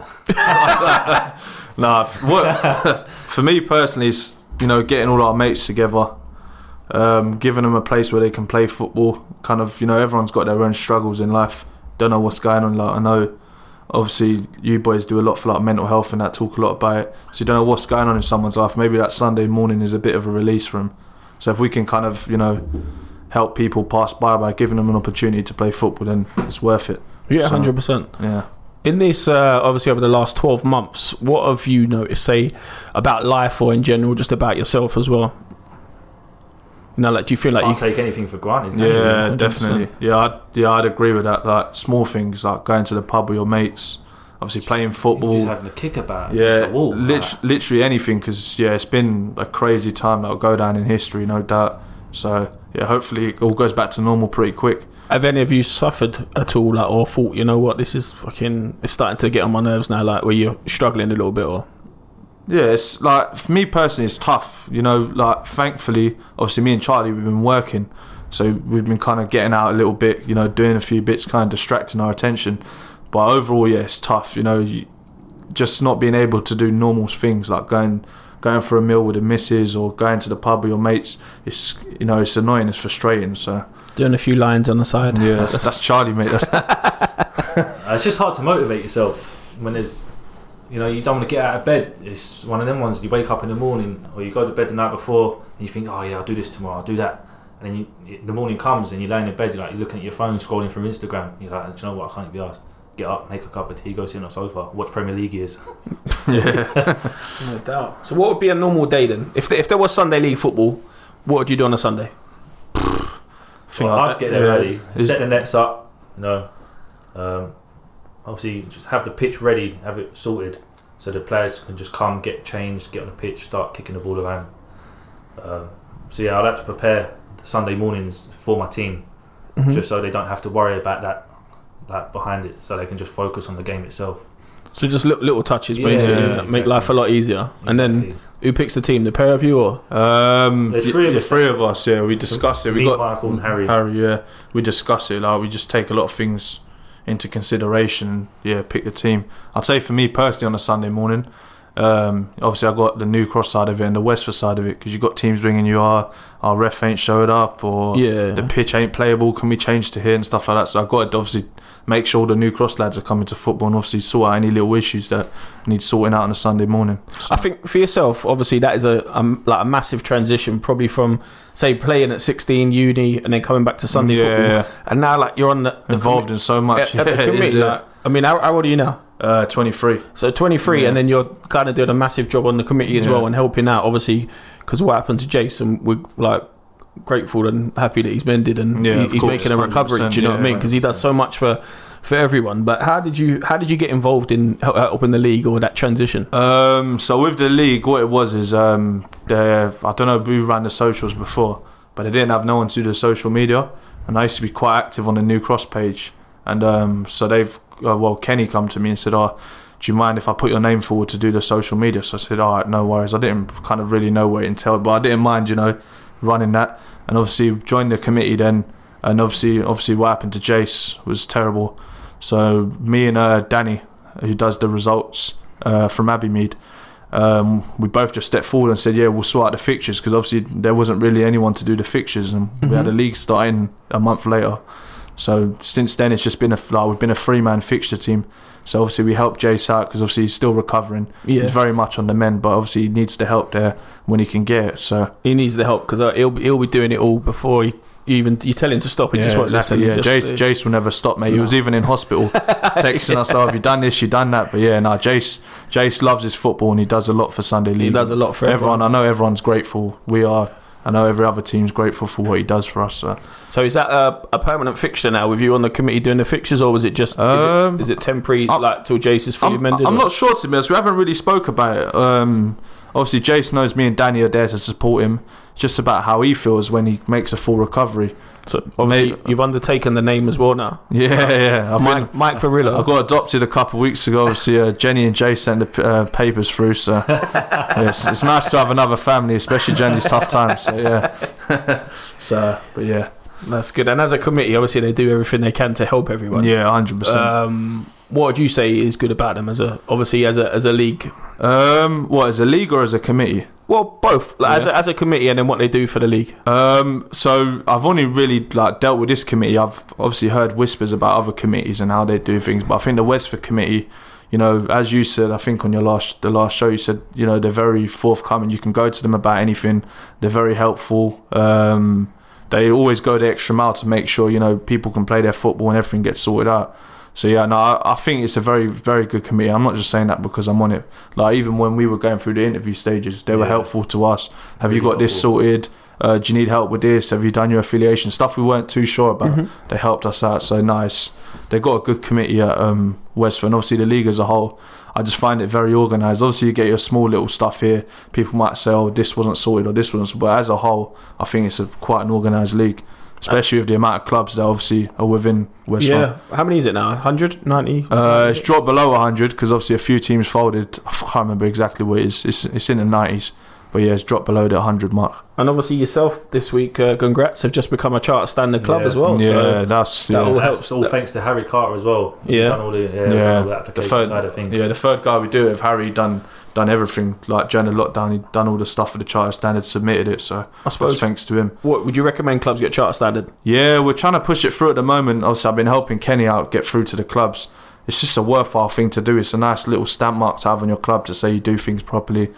[SPEAKER 3] Nah, f- what, for me personally, it's, you know, getting all our mates together, um, giving them a place where they can play football. Kind of, you know, everyone's got their own struggles in life. Don't know what's going on. Like I know, obviously, you boys do a lot for like mental health and that talk a lot about it. So you don't know what's going on in someone's life. Maybe that Sunday morning is a bit of a release for 'em. So if we can kind of, you know, help people pass by by giving them an opportunity to play football, then it's worth it.
[SPEAKER 2] Yeah,
[SPEAKER 3] So-
[SPEAKER 2] hundred percent.
[SPEAKER 3] Yeah.
[SPEAKER 2] In this, uh, obviously, over the last 12 months, what have you noticed, say, about life or in general, just about yourself as well? You know, like, do you feel like
[SPEAKER 4] Can't
[SPEAKER 2] you
[SPEAKER 4] take anything for granted. can you?
[SPEAKER 3] Yeah,
[SPEAKER 2] 100%.
[SPEAKER 3] definitely. Yeah, I'd, yeah, I'd agree with that. Like small things like going to the pub with your mates, obviously playing
[SPEAKER 4] You're just
[SPEAKER 3] football.
[SPEAKER 4] having a kick about it
[SPEAKER 3] Yeah,
[SPEAKER 4] against the wall.
[SPEAKER 3] lit- literally anything. Because yeah, it's been a crazy time that'll go down in history, no doubt. So yeah, hopefully it all goes back to normal pretty quick.
[SPEAKER 2] have any of you suffered at all, like, or thought, you know what, this is fucking, it's starting to get on my nerves now, like, where you're struggling a little bit, or
[SPEAKER 3] Yeah, it's like for me personally, it's tough. You know, like thankfully, obviously, me and Charlie we've been working, so we've been kind of getting out a little bit. You know, doing a few bits, kind of distracting our attention. But overall, yeah, it's tough. You know, you, just not being able to do normal things like going going for a meal with the missus or going to the pub with your mates. It's you know, it's annoying. It's frustrating. So
[SPEAKER 2] doing a few lines on the side?
[SPEAKER 3] yeah, that's, that's Charlie, mate. That's,
[SPEAKER 4] Uh, It's just hard to motivate yourself when there's, you know, you don't want to get out of bed. It's one of them ones you wake up in the morning or you go to bed the night before and you think, oh yeah, I'll do this tomorrow, I'll do that. And then you, the morning comes and you're laying in bed, you're like you're looking at your phone, scrolling through Instagram. You're like, do you know what? I can't be asked. Get up, make a cup of tea, go sit on the sofa, watch Premier League years.
[SPEAKER 2] No doubt. So, what would be a normal day then? If, if there was Sunday League football, what would you do on a Sunday?
[SPEAKER 4] Well, I'd get there
[SPEAKER 3] yeah.
[SPEAKER 4] early,
[SPEAKER 3] Is-
[SPEAKER 4] set the nets up, you know. Um, obviously, just have the pitch ready, have it sorted, so the players can just come, get changed, get on the pitch, start kicking the ball around. Um, so yeah, I'd have to prepare the Sunday mornings for my team,
[SPEAKER 2] Mhm.
[SPEAKER 4] just so they don't have to worry about that, like behind it, so they can just focus on the game itself.
[SPEAKER 2] So, just little, little touches,
[SPEAKER 4] Yeah,
[SPEAKER 2] basically, that make
[SPEAKER 4] exactly.
[SPEAKER 2] life a lot easier. And then,
[SPEAKER 4] Exactly.
[SPEAKER 2] who picks the team? The pair of you, or?
[SPEAKER 3] Um,
[SPEAKER 4] There's
[SPEAKER 3] y-
[SPEAKER 4] three of
[SPEAKER 3] yeah,
[SPEAKER 4] us.
[SPEAKER 3] three of us. Yeah, we discussed it. We
[SPEAKER 4] me,
[SPEAKER 3] got
[SPEAKER 4] Michael and Harry.
[SPEAKER 3] yeah, we discuss it. Like we just take a lot of things into consideration. Yeah, pick the team. I'd say for me personally on a Sunday morning. Um, obviously, I got the New Cross side of it and the Westford side of it because you got teams ringing you. Are our ref ain't showed up or
[SPEAKER 2] Yeah.
[SPEAKER 3] the pitch ain't playable? Can we change to here and stuff like that? So I got to obviously make sure the New Cross lads are coming to football and obviously sort out any little issues that need sorting out on a Sunday morning. So-
[SPEAKER 2] I think for yourself, obviously, that is a, a like a massive transition, probably from say playing at sixteen uni and then coming back to Sunday
[SPEAKER 3] yeah,
[SPEAKER 2] football, and now like you're on the, the
[SPEAKER 3] involved in so much.
[SPEAKER 2] commi- at- at the
[SPEAKER 3] Yeah, it is,
[SPEAKER 2] committee,
[SPEAKER 3] yeah.
[SPEAKER 2] like, I mean, how, how old are you now?
[SPEAKER 3] uh, twenty three.
[SPEAKER 2] So twenty three,
[SPEAKER 3] Yeah.
[SPEAKER 2] and then you're kind of doing a massive job on the committee as
[SPEAKER 3] Yeah.
[SPEAKER 2] well and helping out, obviously, because what happened to Jason, we're like grateful and happy that he's mended and
[SPEAKER 3] Yeah,
[SPEAKER 2] he-
[SPEAKER 3] of
[SPEAKER 2] he's
[SPEAKER 3] course,
[SPEAKER 2] making a recovery.
[SPEAKER 3] 100%,
[SPEAKER 2] Do you know what I
[SPEAKER 3] yeah,
[SPEAKER 2] mean? Because he does
[SPEAKER 3] 100%.
[SPEAKER 2] so much for for everyone. But how did you how did you get involved in hel- helping the league or that transition?
[SPEAKER 3] Um, so with the league, what it was is um, they, I don't know who ran the socials before, but they didn't have no one to do the social media, and I used to be quite active on the New Cross page, and um, so they've uh, well Kenny come to me and said, "Oh, do you mind if I put your name forward to do the social media?" So I said, "All right, no worries." I didn't kind of really know what it entailed, but I didn't mind, you know, running that, and obviously joined the committee then, and obviously obviously what happened to Jace was terrible, so me and uh, Danny, who does the results uh, from Abbeymead. Um, we both just stepped forward and said, "Yeah, we'll sort out the fixtures," because obviously there wasn't really anyone to do the fixtures, and we had a
[SPEAKER 2] Mhm.
[SPEAKER 3] league starting a month later. So since then, it's just been a like, we've been a three man fixture team. So obviously we helped Jace out because obviously he's still recovering. He's very much on the mend, but obviously he needs the help there when he can get it. So
[SPEAKER 2] he needs the help because he'll be- he'll be doing it all before he. You even you tell him to stop. He just won't
[SPEAKER 3] exactly,
[SPEAKER 2] listen.
[SPEAKER 3] yeah.
[SPEAKER 2] He
[SPEAKER 3] Jace,
[SPEAKER 2] just, uh,
[SPEAKER 3] Jace will never stop, mate. He was even in hospital texting us, "Oh, have you done this? You done that?" But yeah, no, Jace Jace loves his football and he does a lot for Sunday League.
[SPEAKER 2] he does a lot for everyone.
[SPEAKER 3] everyone, I know everyone's grateful. We are. I know every other team's grateful for what he does for us. So.
[SPEAKER 2] So is that a, a permanent fixture now with you on the committee doing the fixtures, or was it just is,
[SPEAKER 3] Um,
[SPEAKER 2] it, is it temporary
[SPEAKER 3] I'm-
[SPEAKER 2] like till Jace is fully
[SPEAKER 3] I'm,
[SPEAKER 2] mended?
[SPEAKER 3] I'm
[SPEAKER 2] or-
[SPEAKER 3] not sure to be honest. We haven't really spoke about it. Um, obviously, Jace knows me and Danny are there to support him. It's just about how he feels when he makes a full recovery.
[SPEAKER 2] So obviously
[SPEAKER 3] Mate-
[SPEAKER 2] you've undertaken the name as well now.
[SPEAKER 3] Yeah, yeah. I've,
[SPEAKER 2] Mike,
[SPEAKER 3] been,
[SPEAKER 2] Mike
[SPEAKER 3] I
[SPEAKER 2] Verilla.
[SPEAKER 3] got adopted a couple of weeks ago. Obviously, uh, Jenny and Jay sent the p- uh, papers through. So yes, it's nice to have another family, especially Jenny's tough times. So yeah. so, but yeah,
[SPEAKER 2] That's good. And as a committee, obviously they do everything they can to help everyone.
[SPEAKER 3] yeah, hundred percent.
[SPEAKER 2] Um, what would you say is good about them as a obviously as a as a league?
[SPEAKER 3] Um, what as a league or as a committee?
[SPEAKER 2] Well, both like, as
[SPEAKER 3] Yeah.
[SPEAKER 2] a, as a committee and then what they do for the league.
[SPEAKER 3] Um, so I've only really like dealt with this committee. I've obviously heard whispers about other committees and how they do things, but I think the Westford committee, you know, as you said, I think on your last the last show, you said you know they're very forthcoming. You can go to them about anything. They're very helpful. Um, they always go the extra mile to make sure you know people can play their football and everything gets sorted out. So yeah, no, I, I think it's a very very good committee. I'm not just saying that because I'm on it. Like even when we were going through the interview stages, they were
[SPEAKER 4] Yeah.
[SPEAKER 3] helpful to us. Have you
[SPEAKER 4] Really
[SPEAKER 3] got this
[SPEAKER 4] helpful.
[SPEAKER 3] sorted? Uh, do you need help with this? Have you done your affiliation stuff? We weren't too sure about.
[SPEAKER 2] Mm-hmm.
[SPEAKER 3] They helped us out so nice. They got a good committee at um, Westford. And obviously, the league as a whole, I just find it very organised. Obviously, you get your small little stuff here. People might say, "Oh, this wasn't sorted," or "This wasn't." But as a whole, I think it's a, quite an organised league, especially with the amount of clubs that obviously are within West Ham.
[SPEAKER 2] yeah. How many is it now? 100? 90?
[SPEAKER 3] Uh, it's dropped below 100 because obviously a few teams folded. I can't remember exactly what it is. It's, it's in the 90s, but yeah, it's dropped below the 100 mark.
[SPEAKER 2] and obviously yourself this week, uh, congrats, have just become a charter standard club
[SPEAKER 4] Yeah.
[SPEAKER 2] as well.
[SPEAKER 3] yeah,
[SPEAKER 2] So
[SPEAKER 3] that's
[SPEAKER 2] that
[SPEAKER 3] yeah.
[SPEAKER 2] all
[SPEAKER 4] That's
[SPEAKER 2] helps.
[SPEAKER 4] all thanks to Harry Carter as well. We've
[SPEAKER 2] Yeah.
[SPEAKER 4] done all the, yeah, we've
[SPEAKER 3] Yeah.
[SPEAKER 4] done all the
[SPEAKER 3] The
[SPEAKER 4] application
[SPEAKER 3] third,
[SPEAKER 4] side of things.
[SPEAKER 3] yeah, the third guy we do it. Harry done done everything like during the lockdown. He done all the stuff for the charter standard, submitted it. So
[SPEAKER 2] I
[SPEAKER 3] that's
[SPEAKER 2] suppose.
[SPEAKER 3] thanks to him.
[SPEAKER 2] What would you recommend clubs get charter standard?
[SPEAKER 3] Yeah, we're trying to push it through at the moment. Obviously, I've been helping Kenny out get through to the clubs. It's just a worthwhile thing to do. It's a nice little stamp mark to have on your club to say you do things properly.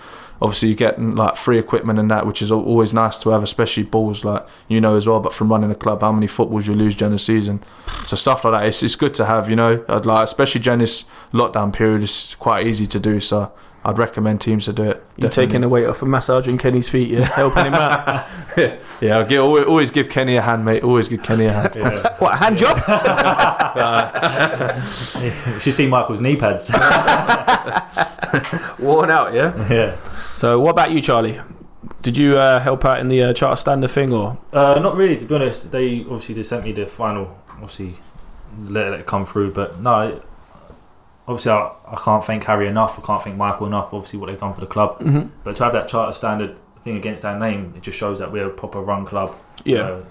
[SPEAKER 3] Obviously, you get mm, like free equipment and that, which is al- always nice to have, especially balls like you know as well. But from running a club, how many footballs you lose during the season, so stuff like that. It's, it's good to have, you know. I'd like especially during this lockdown period, it's quite easy to do. So I'd recommend teams to do it.
[SPEAKER 2] You're
[SPEAKER 3] Definitely.
[SPEAKER 2] taking the weight off of massaging Kenny's feet, yeah, helping him out.
[SPEAKER 3] yeah. I'll get, always, always give Kenny a hand, mate. Always give Kenny a hand.
[SPEAKER 4] Yeah.
[SPEAKER 2] What, a hand job?
[SPEAKER 4] you should see Michael's knee pads.
[SPEAKER 2] Worn out, yeah.
[SPEAKER 4] yeah.
[SPEAKER 2] So, what about you, Charlie? Did you uh, help out in the uh, charter standard thing, or
[SPEAKER 4] Uh, not really, to be honest. They obviously just sent me the final, obviously, let it come through. But no, obviously, I, I can't thank Harry enough. I can't thank Michael enough, obviously, what they've done for the club.
[SPEAKER 3] Mm-hmm.
[SPEAKER 4] But to have that charter standard thing against our name, it just shows that we're a proper run club. you
[SPEAKER 2] yeah,
[SPEAKER 4] know. It-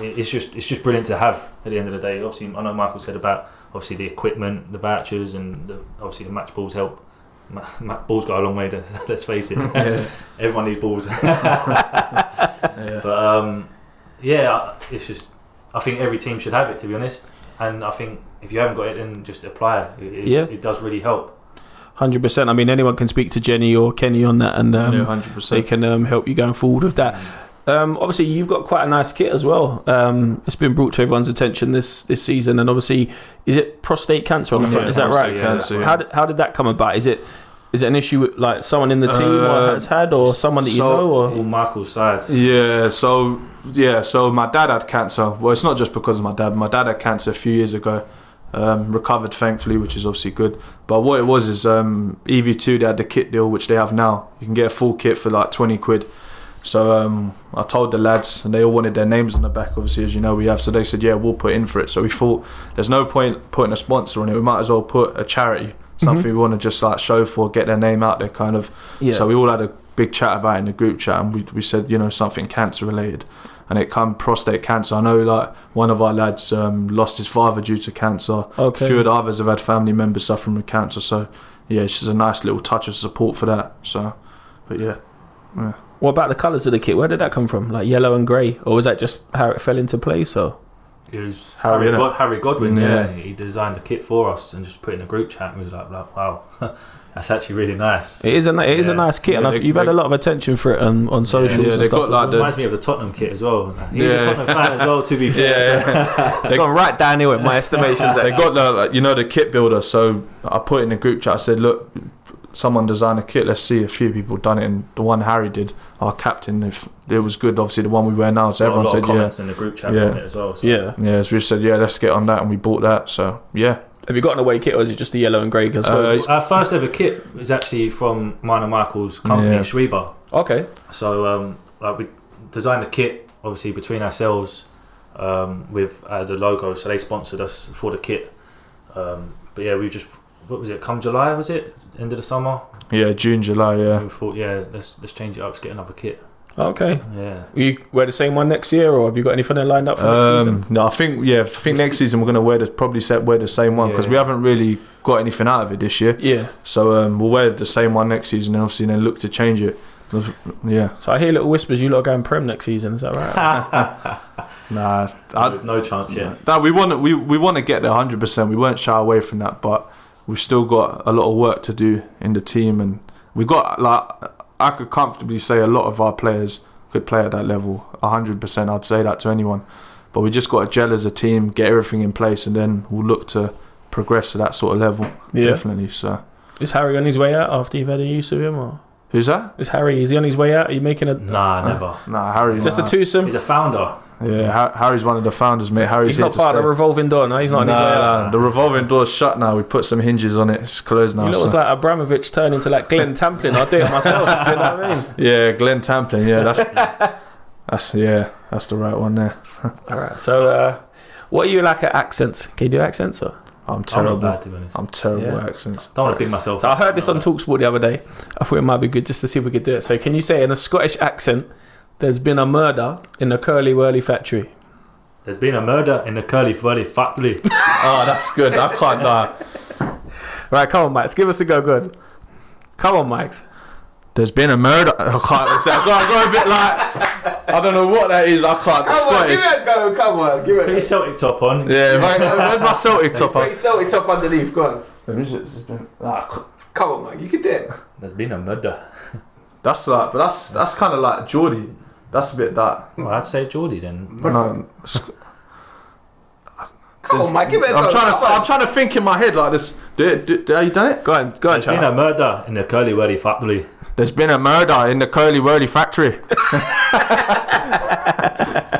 [SPEAKER 4] it's just it's just brilliant to have at the end of the day. Obviously, I know Michael said about obviously the equipment, the vouchers, and the, obviously the match balls help. Ma- ma- balls go a long way. To, let's face it, everyone needs balls.
[SPEAKER 3] Yeah.
[SPEAKER 4] But um, yeah, it's just I think every team should have it to be honest. And I think if you haven't got it, then just apply it. It, it,
[SPEAKER 2] Yeah.
[SPEAKER 4] it does really help.
[SPEAKER 2] hundred percent? I mean, anyone can speak to Jenny or Kenny on that, and um,
[SPEAKER 3] yeah, hundred
[SPEAKER 2] they
[SPEAKER 3] percent.
[SPEAKER 2] can um, help you going forward with that. Um, obviously, you've got quite a nice kit as well. Um, it's been brought to everyone's attention this this season, and obviously, is it prostate cancer on the
[SPEAKER 3] Yeah,
[SPEAKER 2] front? is that
[SPEAKER 3] prostate
[SPEAKER 2] right?
[SPEAKER 3] cancer, yeah.
[SPEAKER 2] How did, how did that come about? Is it is it an issue with like someone in the team
[SPEAKER 3] Uh,
[SPEAKER 2] or has had, or someone that you
[SPEAKER 3] so-
[SPEAKER 2] know, or
[SPEAKER 4] All Michael's side.
[SPEAKER 3] Yeah, so yeah, so my dad had cancer. Well, it's not just because of my dad. My dad had cancer a few years ago. Um, recovered thankfully, which is obviously good. But what it was is um, EV2 they had the kit deal, which they have now. You can get a full kit for like twenty quid. So um, I told the lads, and they all wanted their names on the back. Obviously, as you know, we have. So they said, "Yeah, we'll put in for it." So we thought, "There's no point putting a sponsor on it. We might as well put a charity, something
[SPEAKER 2] Mm-hmm.
[SPEAKER 3] we want to just like show for, get their name out there, kind of."
[SPEAKER 2] yeah,
[SPEAKER 3] So we all had a big chat about it in the group chat, and we, we said, you know, something cancer related, and it come prostate cancer. I know, like one of our lads um, lost his father due to cancer.
[SPEAKER 2] okay,
[SPEAKER 3] A few of the others have had family members suffering with cancer. So yeah, it's just a nice little touch of support for that. So, but yeah,
[SPEAKER 2] What about the colours of the kit? Where did that come from? Like yellow and grey, or was that just how it fell into place? Or
[SPEAKER 4] it was
[SPEAKER 3] Harry,
[SPEAKER 4] Harry,
[SPEAKER 3] innit?
[SPEAKER 4] God, Harry Godwin.
[SPEAKER 3] Yeah.
[SPEAKER 4] Yeah. he designed the kit for us and just put it in a group chat. And we was like, like wow, that's actually really nice.
[SPEAKER 2] It is a ni- it is a
[SPEAKER 4] Yeah.
[SPEAKER 2] nice kit, and
[SPEAKER 3] Yeah,
[SPEAKER 2] I've
[SPEAKER 3] they-
[SPEAKER 2] you've had
[SPEAKER 3] they-
[SPEAKER 2] a lot of attention for it on, on socials.
[SPEAKER 3] Yeah,
[SPEAKER 2] and
[SPEAKER 3] they
[SPEAKER 2] stuff
[SPEAKER 3] got
[SPEAKER 2] as
[SPEAKER 3] like
[SPEAKER 2] well.
[SPEAKER 3] the
[SPEAKER 4] Reminds me of the Tottenham kit as well. He's
[SPEAKER 3] Yeah.
[SPEAKER 4] a Tottenham fan as well, to be fair.
[SPEAKER 2] It's gone right down here with my estimations.
[SPEAKER 3] they got the like, you know the kit builder. So I put in the group chat. I said, look, someone designed a kit. Let's see a few people done it. And the one Harry did, our captain, if it was good, obviously the one we wear now. So
[SPEAKER 4] Got a
[SPEAKER 3] everyone
[SPEAKER 4] lot of
[SPEAKER 3] said, yeah,
[SPEAKER 4] comments in the group chat
[SPEAKER 3] Yeah.
[SPEAKER 4] on it as well. So.
[SPEAKER 2] yeah.
[SPEAKER 3] yeah. So we said, yeah, let's get on that, and we bought that. So yeah,
[SPEAKER 2] Have you got an away kit, or is it just the yellow and grey? 'Cause I
[SPEAKER 3] Uh,
[SPEAKER 2] suppose.
[SPEAKER 3] it's-
[SPEAKER 4] Our first ever kit is actually from mine and Michael's company,
[SPEAKER 3] Yeah.
[SPEAKER 4] yeah. Schreiber.
[SPEAKER 2] okay.
[SPEAKER 4] So um, like we designed the kit obviously between ourselves um, with uh, the logo. So they sponsored us for the kit. Um, but yeah, we just what was it? Come July was it? End of the summer.
[SPEAKER 3] yeah, June, July, yeah.
[SPEAKER 4] We thought yeah, let's let's change it up. Let's get another kit.
[SPEAKER 2] Okay.
[SPEAKER 4] Yeah.
[SPEAKER 2] Will you wear the same one next year, or have you got anything lined up for next season?
[SPEAKER 3] Um, no, I think yeah, I think next season we're gonna wear the probably set wear the same one because
[SPEAKER 4] Yeah.
[SPEAKER 3] we haven't really got anything out of it this year.
[SPEAKER 2] Yeah.
[SPEAKER 3] So um, we'll wear the same one next season, and obviously then look to change it. Yeah,
[SPEAKER 2] So I hear little whispers. You lot are going prem next season. Is that right?
[SPEAKER 3] nah, I,
[SPEAKER 4] no chance. Yeah.
[SPEAKER 3] nah, we want to we, we want to get there hundred percent. We won't shy away from that, but we've still got a lot of work to do in the team, and we got like I could comfortably say a lot of our players could play at that level hundred percent. I'd say that to anyone, but we just got to gel as a team, get everything in place, and then we'll look to progress to that sort of level.
[SPEAKER 2] yeah.
[SPEAKER 3] Definitely. So
[SPEAKER 2] Is Harry on his way out after you've had a use of him, or
[SPEAKER 3] who's that?
[SPEAKER 2] is Harry? Is he on his way out? Are you making a
[SPEAKER 4] Nah, never.
[SPEAKER 3] Nah, Harry.
[SPEAKER 2] just
[SPEAKER 3] nah.
[SPEAKER 2] a twosome?
[SPEAKER 4] He's a founder.
[SPEAKER 3] Yeah, Har- Harry's one of the founders, mate.
[SPEAKER 2] He's
[SPEAKER 3] Harry's here
[SPEAKER 2] not
[SPEAKER 3] to
[SPEAKER 2] part
[SPEAKER 3] stay.
[SPEAKER 2] of the revolving door. No, he's not on his way out.
[SPEAKER 3] Nah, the revolving door's shut now. We put some hinges on it. It's closed now.
[SPEAKER 2] you know,
[SPEAKER 3] so-
[SPEAKER 2] it's like Abramovich turned into like Glenn Tamplin. I'll do it myself. do you know what I mean?
[SPEAKER 3] Yeah, Glenn Tamplin. Yeah, that's that's yeah, that's the right one there.
[SPEAKER 2] All right. So, uh, what are you like at accents? Can you do accents? Or?
[SPEAKER 3] I'm
[SPEAKER 4] I'm not
[SPEAKER 3] terrible.
[SPEAKER 4] bad to be honest.
[SPEAKER 3] I'm terrible
[SPEAKER 2] Yeah.
[SPEAKER 3] at accents.
[SPEAKER 4] Don't want to big myself.
[SPEAKER 2] So I
[SPEAKER 4] up.
[SPEAKER 2] heard this
[SPEAKER 4] No.
[SPEAKER 2] on Talksport the other day. I thought it might be good just to see if we could do it. So, can you say in a Scottish accent, "There's been a murder in the Curly Whirly factory"?
[SPEAKER 4] There's been a murder in the curly furly factory.
[SPEAKER 3] Oh, that's good. I can't nah.
[SPEAKER 2] Right, come on, Max, give us a go. Good. Come on, Max.
[SPEAKER 3] There's been a murder. I can't. I got, I got a bit like I don't know what that is. I can't. It's
[SPEAKER 1] Oh,
[SPEAKER 3] Scottish.
[SPEAKER 2] a go. Come on, give
[SPEAKER 4] Put your Celtic top on.
[SPEAKER 3] Yeah, right, where's my Celtic top up?
[SPEAKER 2] Celtic top underneath. Go on.
[SPEAKER 3] Ah,
[SPEAKER 2] Come on, Mike. You can do it.
[SPEAKER 4] There's been a murder.
[SPEAKER 3] That's like, but that's that's kind of like Geordie. That's a bit that.
[SPEAKER 4] Well, I'd say Geordie then.
[SPEAKER 3] No,
[SPEAKER 2] Come
[SPEAKER 3] there's- I'm trying to. I'm trying to think in my head like this. Do, it- do, do, have you done it?
[SPEAKER 2] Go on, go on,
[SPEAKER 4] There's been
[SPEAKER 2] Charlie.
[SPEAKER 4] a murder in the curly whirly factory.
[SPEAKER 3] There's been a murder in the Curly Whirly factory.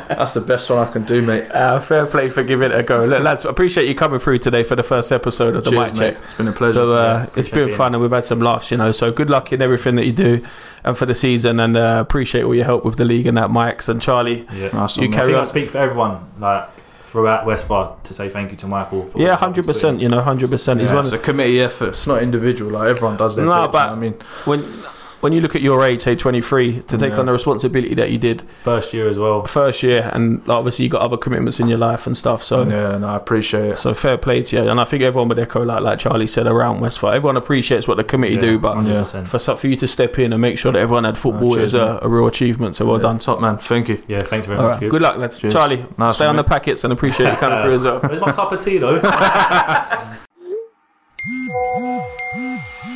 [SPEAKER 3] That's the best one I can do, mate.
[SPEAKER 2] Uh, fair play for giving it a go. Look, lads, appreciate you coming through today for the first episode of the
[SPEAKER 3] Cheers,
[SPEAKER 2] Mic Check.
[SPEAKER 3] mate. It's been a pleasure.
[SPEAKER 2] So uh,
[SPEAKER 4] Yeah,
[SPEAKER 2] it's
[SPEAKER 4] appreciate
[SPEAKER 2] been
[SPEAKER 4] being
[SPEAKER 2] fun and we've had some laughs, you know. So good luck in everything that you do and for the season and uh, appreciate all your help with the league and that, Mike's and Charlie.
[SPEAKER 4] Yeah.
[SPEAKER 3] nice
[SPEAKER 2] you
[SPEAKER 3] one,
[SPEAKER 4] I
[SPEAKER 2] carry
[SPEAKER 3] mate.
[SPEAKER 4] think
[SPEAKER 2] on.
[SPEAKER 4] I speak for everyone, like throughout Westford, to say thank you to Michael. For
[SPEAKER 2] Yeah, 100%, you know, 100%. He's
[SPEAKER 3] Yeah,
[SPEAKER 2] one
[SPEAKER 3] it's a committee effort. It's not individual. Like everyone does their
[SPEAKER 2] No,
[SPEAKER 3] bit, do you
[SPEAKER 2] but-
[SPEAKER 3] know what I mean,
[SPEAKER 2] when, when you look at your age, say 23, to take
[SPEAKER 3] Yeah.
[SPEAKER 2] on the responsibility that you did
[SPEAKER 4] First year as well.
[SPEAKER 2] first year and like, obviously you got other commitments in your life and stuff. So
[SPEAKER 3] yeah, no, I appreciate it.
[SPEAKER 2] So fair play to you, and I think everyone would echo like like Charlie said around Westford. Everyone appreciates what the committee
[SPEAKER 4] Yeah,
[SPEAKER 2] do, but
[SPEAKER 4] 100%.
[SPEAKER 2] for so- for you to step in and make sure that everyone had football
[SPEAKER 3] cheers,
[SPEAKER 2] is a, a real achievement. So well
[SPEAKER 3] Yeah,
[SPEAKER 2] done.
[SPEAKER 3] top man. Thank you.
[SPEAKER 4] Yeah, thanks very
[SPEAKER 2] All
[SPEAKER 4] much.
[SPEAKER 2] right, good luck, lads.
[SPEAKER 3] Cheers.
[SPEAKER 2] Charlie,
[SPEAKER 3] Nice
[SPEAKER 2] stay on
[SPEAKER 3] one,
[SPEAKER 2] the packets and appreciate you coming through as well.
[SPEAKER 4] Where's my cup of tea though?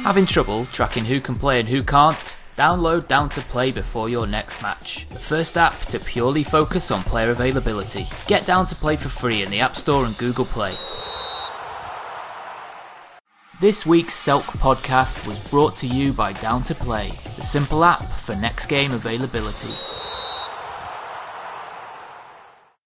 [SPEAKER 1] Having trouble tracking who can play and who can't? Download Down to Play before your next match. The first app to purely focus on player availability. Get Down to Play for free in the App Store and Google Play. This week's Selk podcast was brought to you by Down to Play, the simple app for next game availability.